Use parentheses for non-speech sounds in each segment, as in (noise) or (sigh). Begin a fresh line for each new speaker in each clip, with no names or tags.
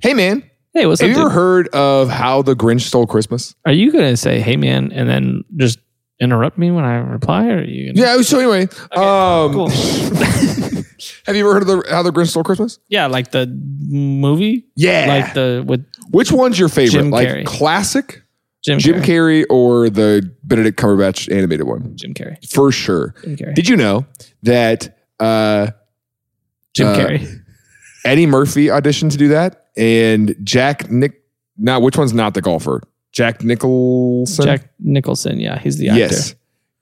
Hey, man.
Hey, what's
Have
up?
you ever
dude?
heard of how the Grinch stole Christmas?
Are you gonna say "Hey, man" and then just interrupt me when I reply, or are you? Gonna-
Yeah. So anyway, um,
Cool.
(laughs) have you ever heard of the, how the Grinch stole Christmas?
yeah, like the movie,
Yeah.
like the with
Which one's your favorite?
Jim
like
Carrey.
classic
Jim
Jim
Carrey.
Carrey or the Benedict Cumberbatch animated one?
Jim Carrey.
For sure.
Jim Carrey.
Did you know that uh,
Jim
uh,
Carrey.
Eddie Murphy auditioned to do that, and Jack Nick. Now, which one's not the golfer? Jack Nicholson.
Jack Nicholson. Yeah, he's the actor.
Yes,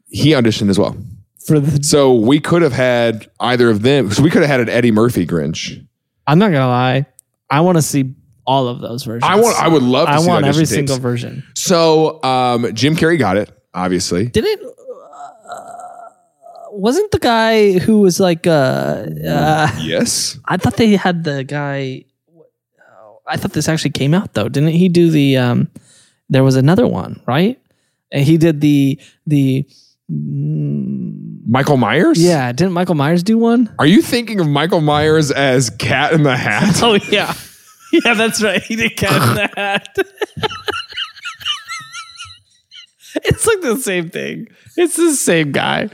he auditioned as well.
For the,
So we could have had either of them. So we could have had an Eddie Murphy Grinch.
I'm not gonna lie. I want to see all of those versions.
I want. I would love. To
I
see the
want every
audition tapes.
single version.
So um, Jim Carrey got it. Obviously,
Didn't uh, wasn't the guy who was like uh, uh
yes.
I thought they had the guy I thought this actually came out though. Didn't he do the um there was another one, right? And he did the the mm,
Michael Myers.
Yeah, didn't Michael Myers do one?
Are you thinking of Michael Myers as Cat in the (laughs) Hat?
(laughs) Oh yeah. Yeah, that's right. He did catch (laughs) that. it's like the same thing. It's the same guy.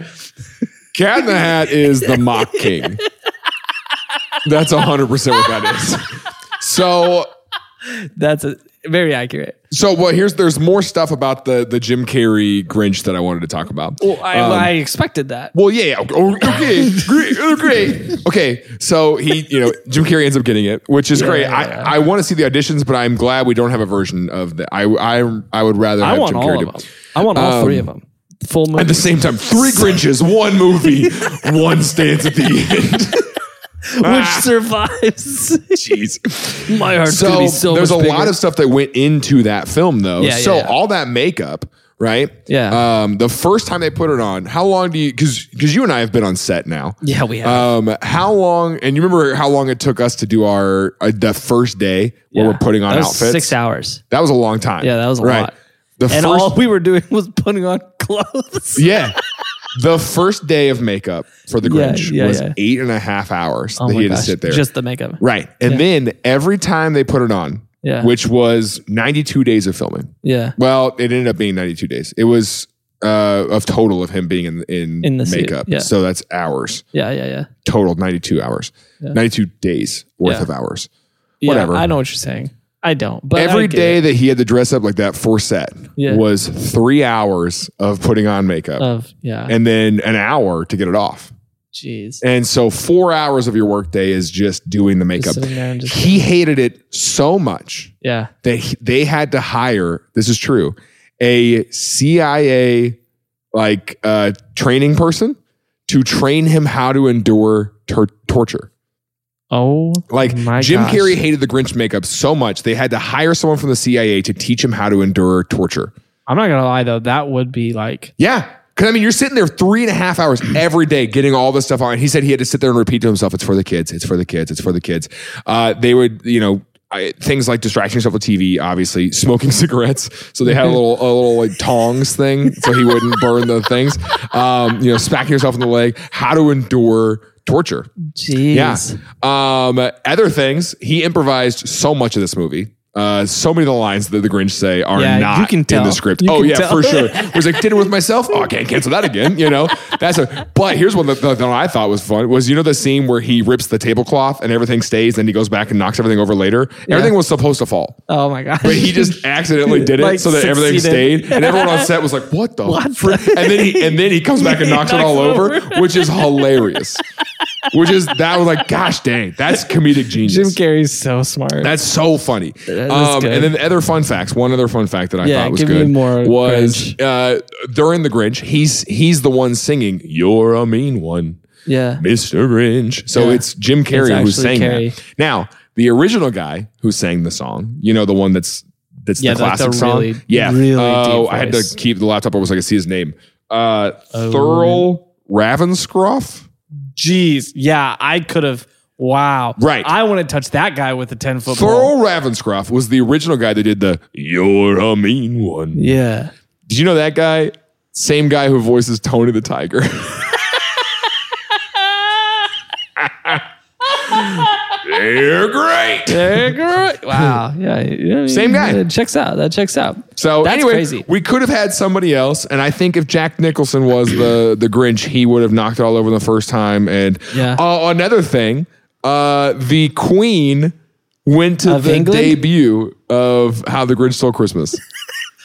Cat in the Hat is the mock king. That's 100% what that is. So,
That's a, very accurate.
so well, here's there's more stuff about the the Jim Carrey Grinch that I wanted to talk about.
Well, I, I expected that.
Well, yeah, yeah, oh, okay, great, oh, great. Okay, so he, you know, Jim Carrey ends up getting it, which is great. I, I want to see the auditions, but I'm glad we don't have a version of that. I, I, I would rather
I
have
want
Jim
all
Carrey
of
do-
them. I want all three of them. Full
At
moon.
the same time, three Grinches, one
(laughs)
movie, one stands at the end.
which (laughs) survives.
Jeez.
My heart's
so,
gonna be so
there's a
much
lot
bigger.
of stuff that went into that film though
Yeah, yeah,
so
yeah.
all that makeup right
Yeah.
um the first time they put it on how long do you because because you and i have been on set now
Yeah, we have.
um how long and you remember how long it took us to do our uh, the first day where
Yeah.
we're putting on
That was
outfits
Six hours.
that was a long time
Yeah, that was a
right
lot.
the
And
first
all we were doing (laughs) was putting on clothes.
(laughs) yeah the first day of makeup for the
Yeah,
grinch
yeah,
was
yeah.
eight and a half hours
Oh
that
my
he had
gosh,
to sit there
Just the makeup.
right and
Yeah.
then every time they put it on
Yeah.
which was 92 days of filming
Yeah.
Well, it ended up being 92 days. It was uh, of total of him being in in,
In the suit,
makeup.
yeah.
So that's hours
Yeah. Yeah. Yeah.
total, 92 hours, 92 days worth
Yeah.
of hours.
Yeah,
Whatever.
I know what you're saying. I don't. But I
Every
get
day
it.
that he had to dress up like that for set
Yeah. Uh.
was three hours of putting on makeup
of yeah.
and then an hour to get it off.
Jeez.
And so four hours of your workday is just doing the makeup.
Just sitting there and just
he hated it so much
yeah.
they they had to hire this is true a CIA like uh, training person to train him how to endure tor- torture.
Oh,
Like
My
Jim
gosh.
Carrey hated the Grinch makeup so much they had to hire someone from the CIA to teach him how to endure torture.
I'm not gonna lie though. That would be like
Yeah. Cause I mean, you're sitting there three and a half hours every day getting all this stuff on. He said he had to sit there and repeat to himself, "It's for the kids. It's for the kids. It's for the kids." Uh, they would, you know, I, things like distracting yourself with TV, obviously (laughs) smoking cigarettes. So they had a little, a little like tongs thing, so he wouldn't burn the things. Um, you know, smacking yourself in the leg. How to endure torture?
jeez.
Yeah. Um, other things he improvised so much of this movie. Uh, so many of the lines that the Grinch say are
Yeah, you
not
can
in
tell.
the script.
You
oh
can
yeah,
tell.
for
(laughs)
sure. Was like did it with myself. Oh, I can't cancel that again. You know, that's a. But here's one that, that I thought was fun was you know the scene where he rips the tablecloth and everything stays, and he goes back and knocks everything over later. Everything was supposed to fall,
Oh my gosh.
but he just accidentally did it
Like,
so that everything
succeeded.
stayed, and everyone on set was like, "What the?" (laughs)
(laughs) What
frick?"
the-
And then he
(laughs)
and then he comes back and
He
knocks, it
knocks
all
it
over,
over.
which is hilarious. which is that was like, gosh dang, that's comedic genius.
Jim Carrey's so smart.
That's so funny.
is
Um,
good.
and then the other fun facts. One other fun fact that I
Yeah,
thought was
give me
good
more
was uh, during the Grinch, he's he's the one singing "You're a mean one,
yeah.
Mr. Grinch." So
Yeah.
it's Jim Carrey who
actually
sang
Carrey.
that. Now the original guy who sang the song, you know, the one that's that's
Yeah,
the
like the
classic song.
really-
yeah,
really deep
Oh, I had
voice. Oh,
to keep the laptop open so I could see his name. Uh, Thurl Ravenscroft.
Jeez. Yeah. I could have. Wow.
Right.
I wouldn't touch that guy with a ten foot
Thurl Ravenscroft was the original guy that did the "You're a mean one."
Yeah.
Did you know that guy? Same guy who voices Tony the Tiger. (laughs)
(laughs)
They're great.
They're great. Wow. Yeah. yeah,
Same guy.
That checks out. That checks out.
So
That's
anyway,
crazy.
we could have had somebody else, and I think if Jack Nicholson was the the Grinch, he would have knocked it all over the first time. And
Yeah.
uh, another thing, uh, the Queen went to
Of
the
England?
debut of How the Grinch Stole Christmas.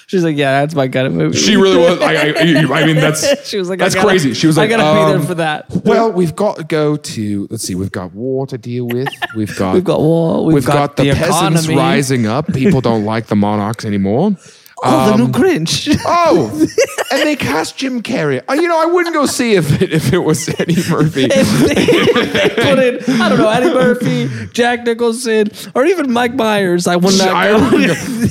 She's like, yeah, that's my kind of movie.
She really was. I, I, I mean, that's
(laughs) she was like, I
that's
gotta-
crazy. She was like,
I gotta be
um,
(laughs) there for that.
Well, we've got to go to. Let's see. We've got war to deal with. We've got
We've got war. We've,
we've got, the, peasants
economy.
rising up. People don't like the monarchs
(laughs)
anymore. um,
Oh, the new
(laughs)
Grinch. (laughs)
Oh, and they cast Jim Carrey. Uh, You know, I wouldn't go see if it, if it was Eddie Murphy.
(laughs) if they, if they put in, I don't know, Eddie Murphy, Jack Nicholson, or even Mike Myers, I would not
I
go. (laughs)
wouldn't go. (laughs)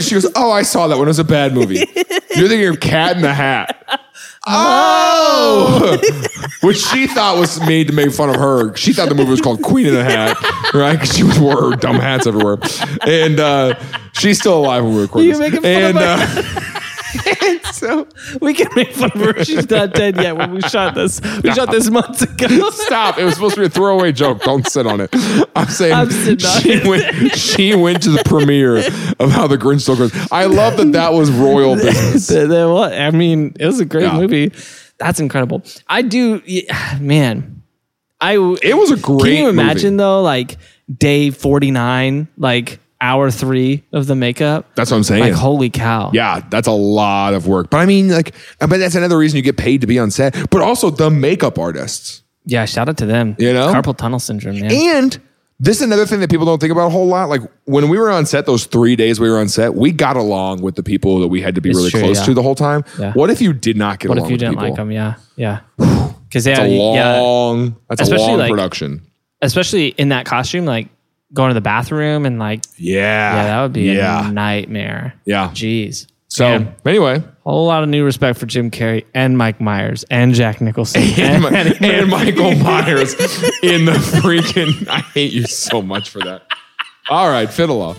she goes, "Oh, I saw that one. It was a bad movie." You're thinking of Cat in the Hat.
(laughs)
Oh, (laughs) which she thought was made to make fun of her. She thought the movie was called Queen in the Hat, (laughs) right? Because she was wore her dumb hats everywhere, and uh, she's still alive when we record.
You
this.
making fun of
and,
my- (laughs)
uh, and so
we can make fun of her. She's not dead yet. When we shot this, we shot this
(laughs)
months ago.
Stop! It was supposed to be a throwaway joke. Don't sit on it. I'm saying
I'm sitting on
she
it.
went. She went to the premiere of How the Grinch Stole Christmas. I love that that was royal
(laughs)
business.
The- the- what- I mean, it was a great
Yeah.
movie. That's incredible. I do, yeah, man. I
It was a great.
can you imagine
Movie.
though, like day forty nine, like hour three of the makeup.
That's what I'm saying.
Like holy cow!
yeah, that's a lot of work. But I mean, like, I bet that's another reason you get paid to be on set. But also the makeup artists.
yeah. Shout out to them.
You know?
carpal tunnel syndrome, man.
And this is another thing that people don't think about a whole lot. Like when we were on set, those three days we were on set, we got along with the people that we had to be really
true,
close
yeah.
to the whole time.
Yeah.
What if you did not get
What
along
if you
with
didn't
people?
like them? Yeah, yeah. Because yeah,
That's a
yeah,
long. That's
Especially,
a long
like-
production.
especially in that costume, like going to the bathroom and like
Yeah.
yeah, that would be
Yeah.
a nightmare.
yeah.
Jeez.
So
Man,
anyway,
whole lot of new respect for Jim Carrey and Mike Myers and
(laughs)
Jack Nicholson
and,
(laughs) and,
Mi-
Eddie
and
Murphy.
Michael
(laughs)
Myers in the freaking. I hate you so much for that. All right, fiddle off.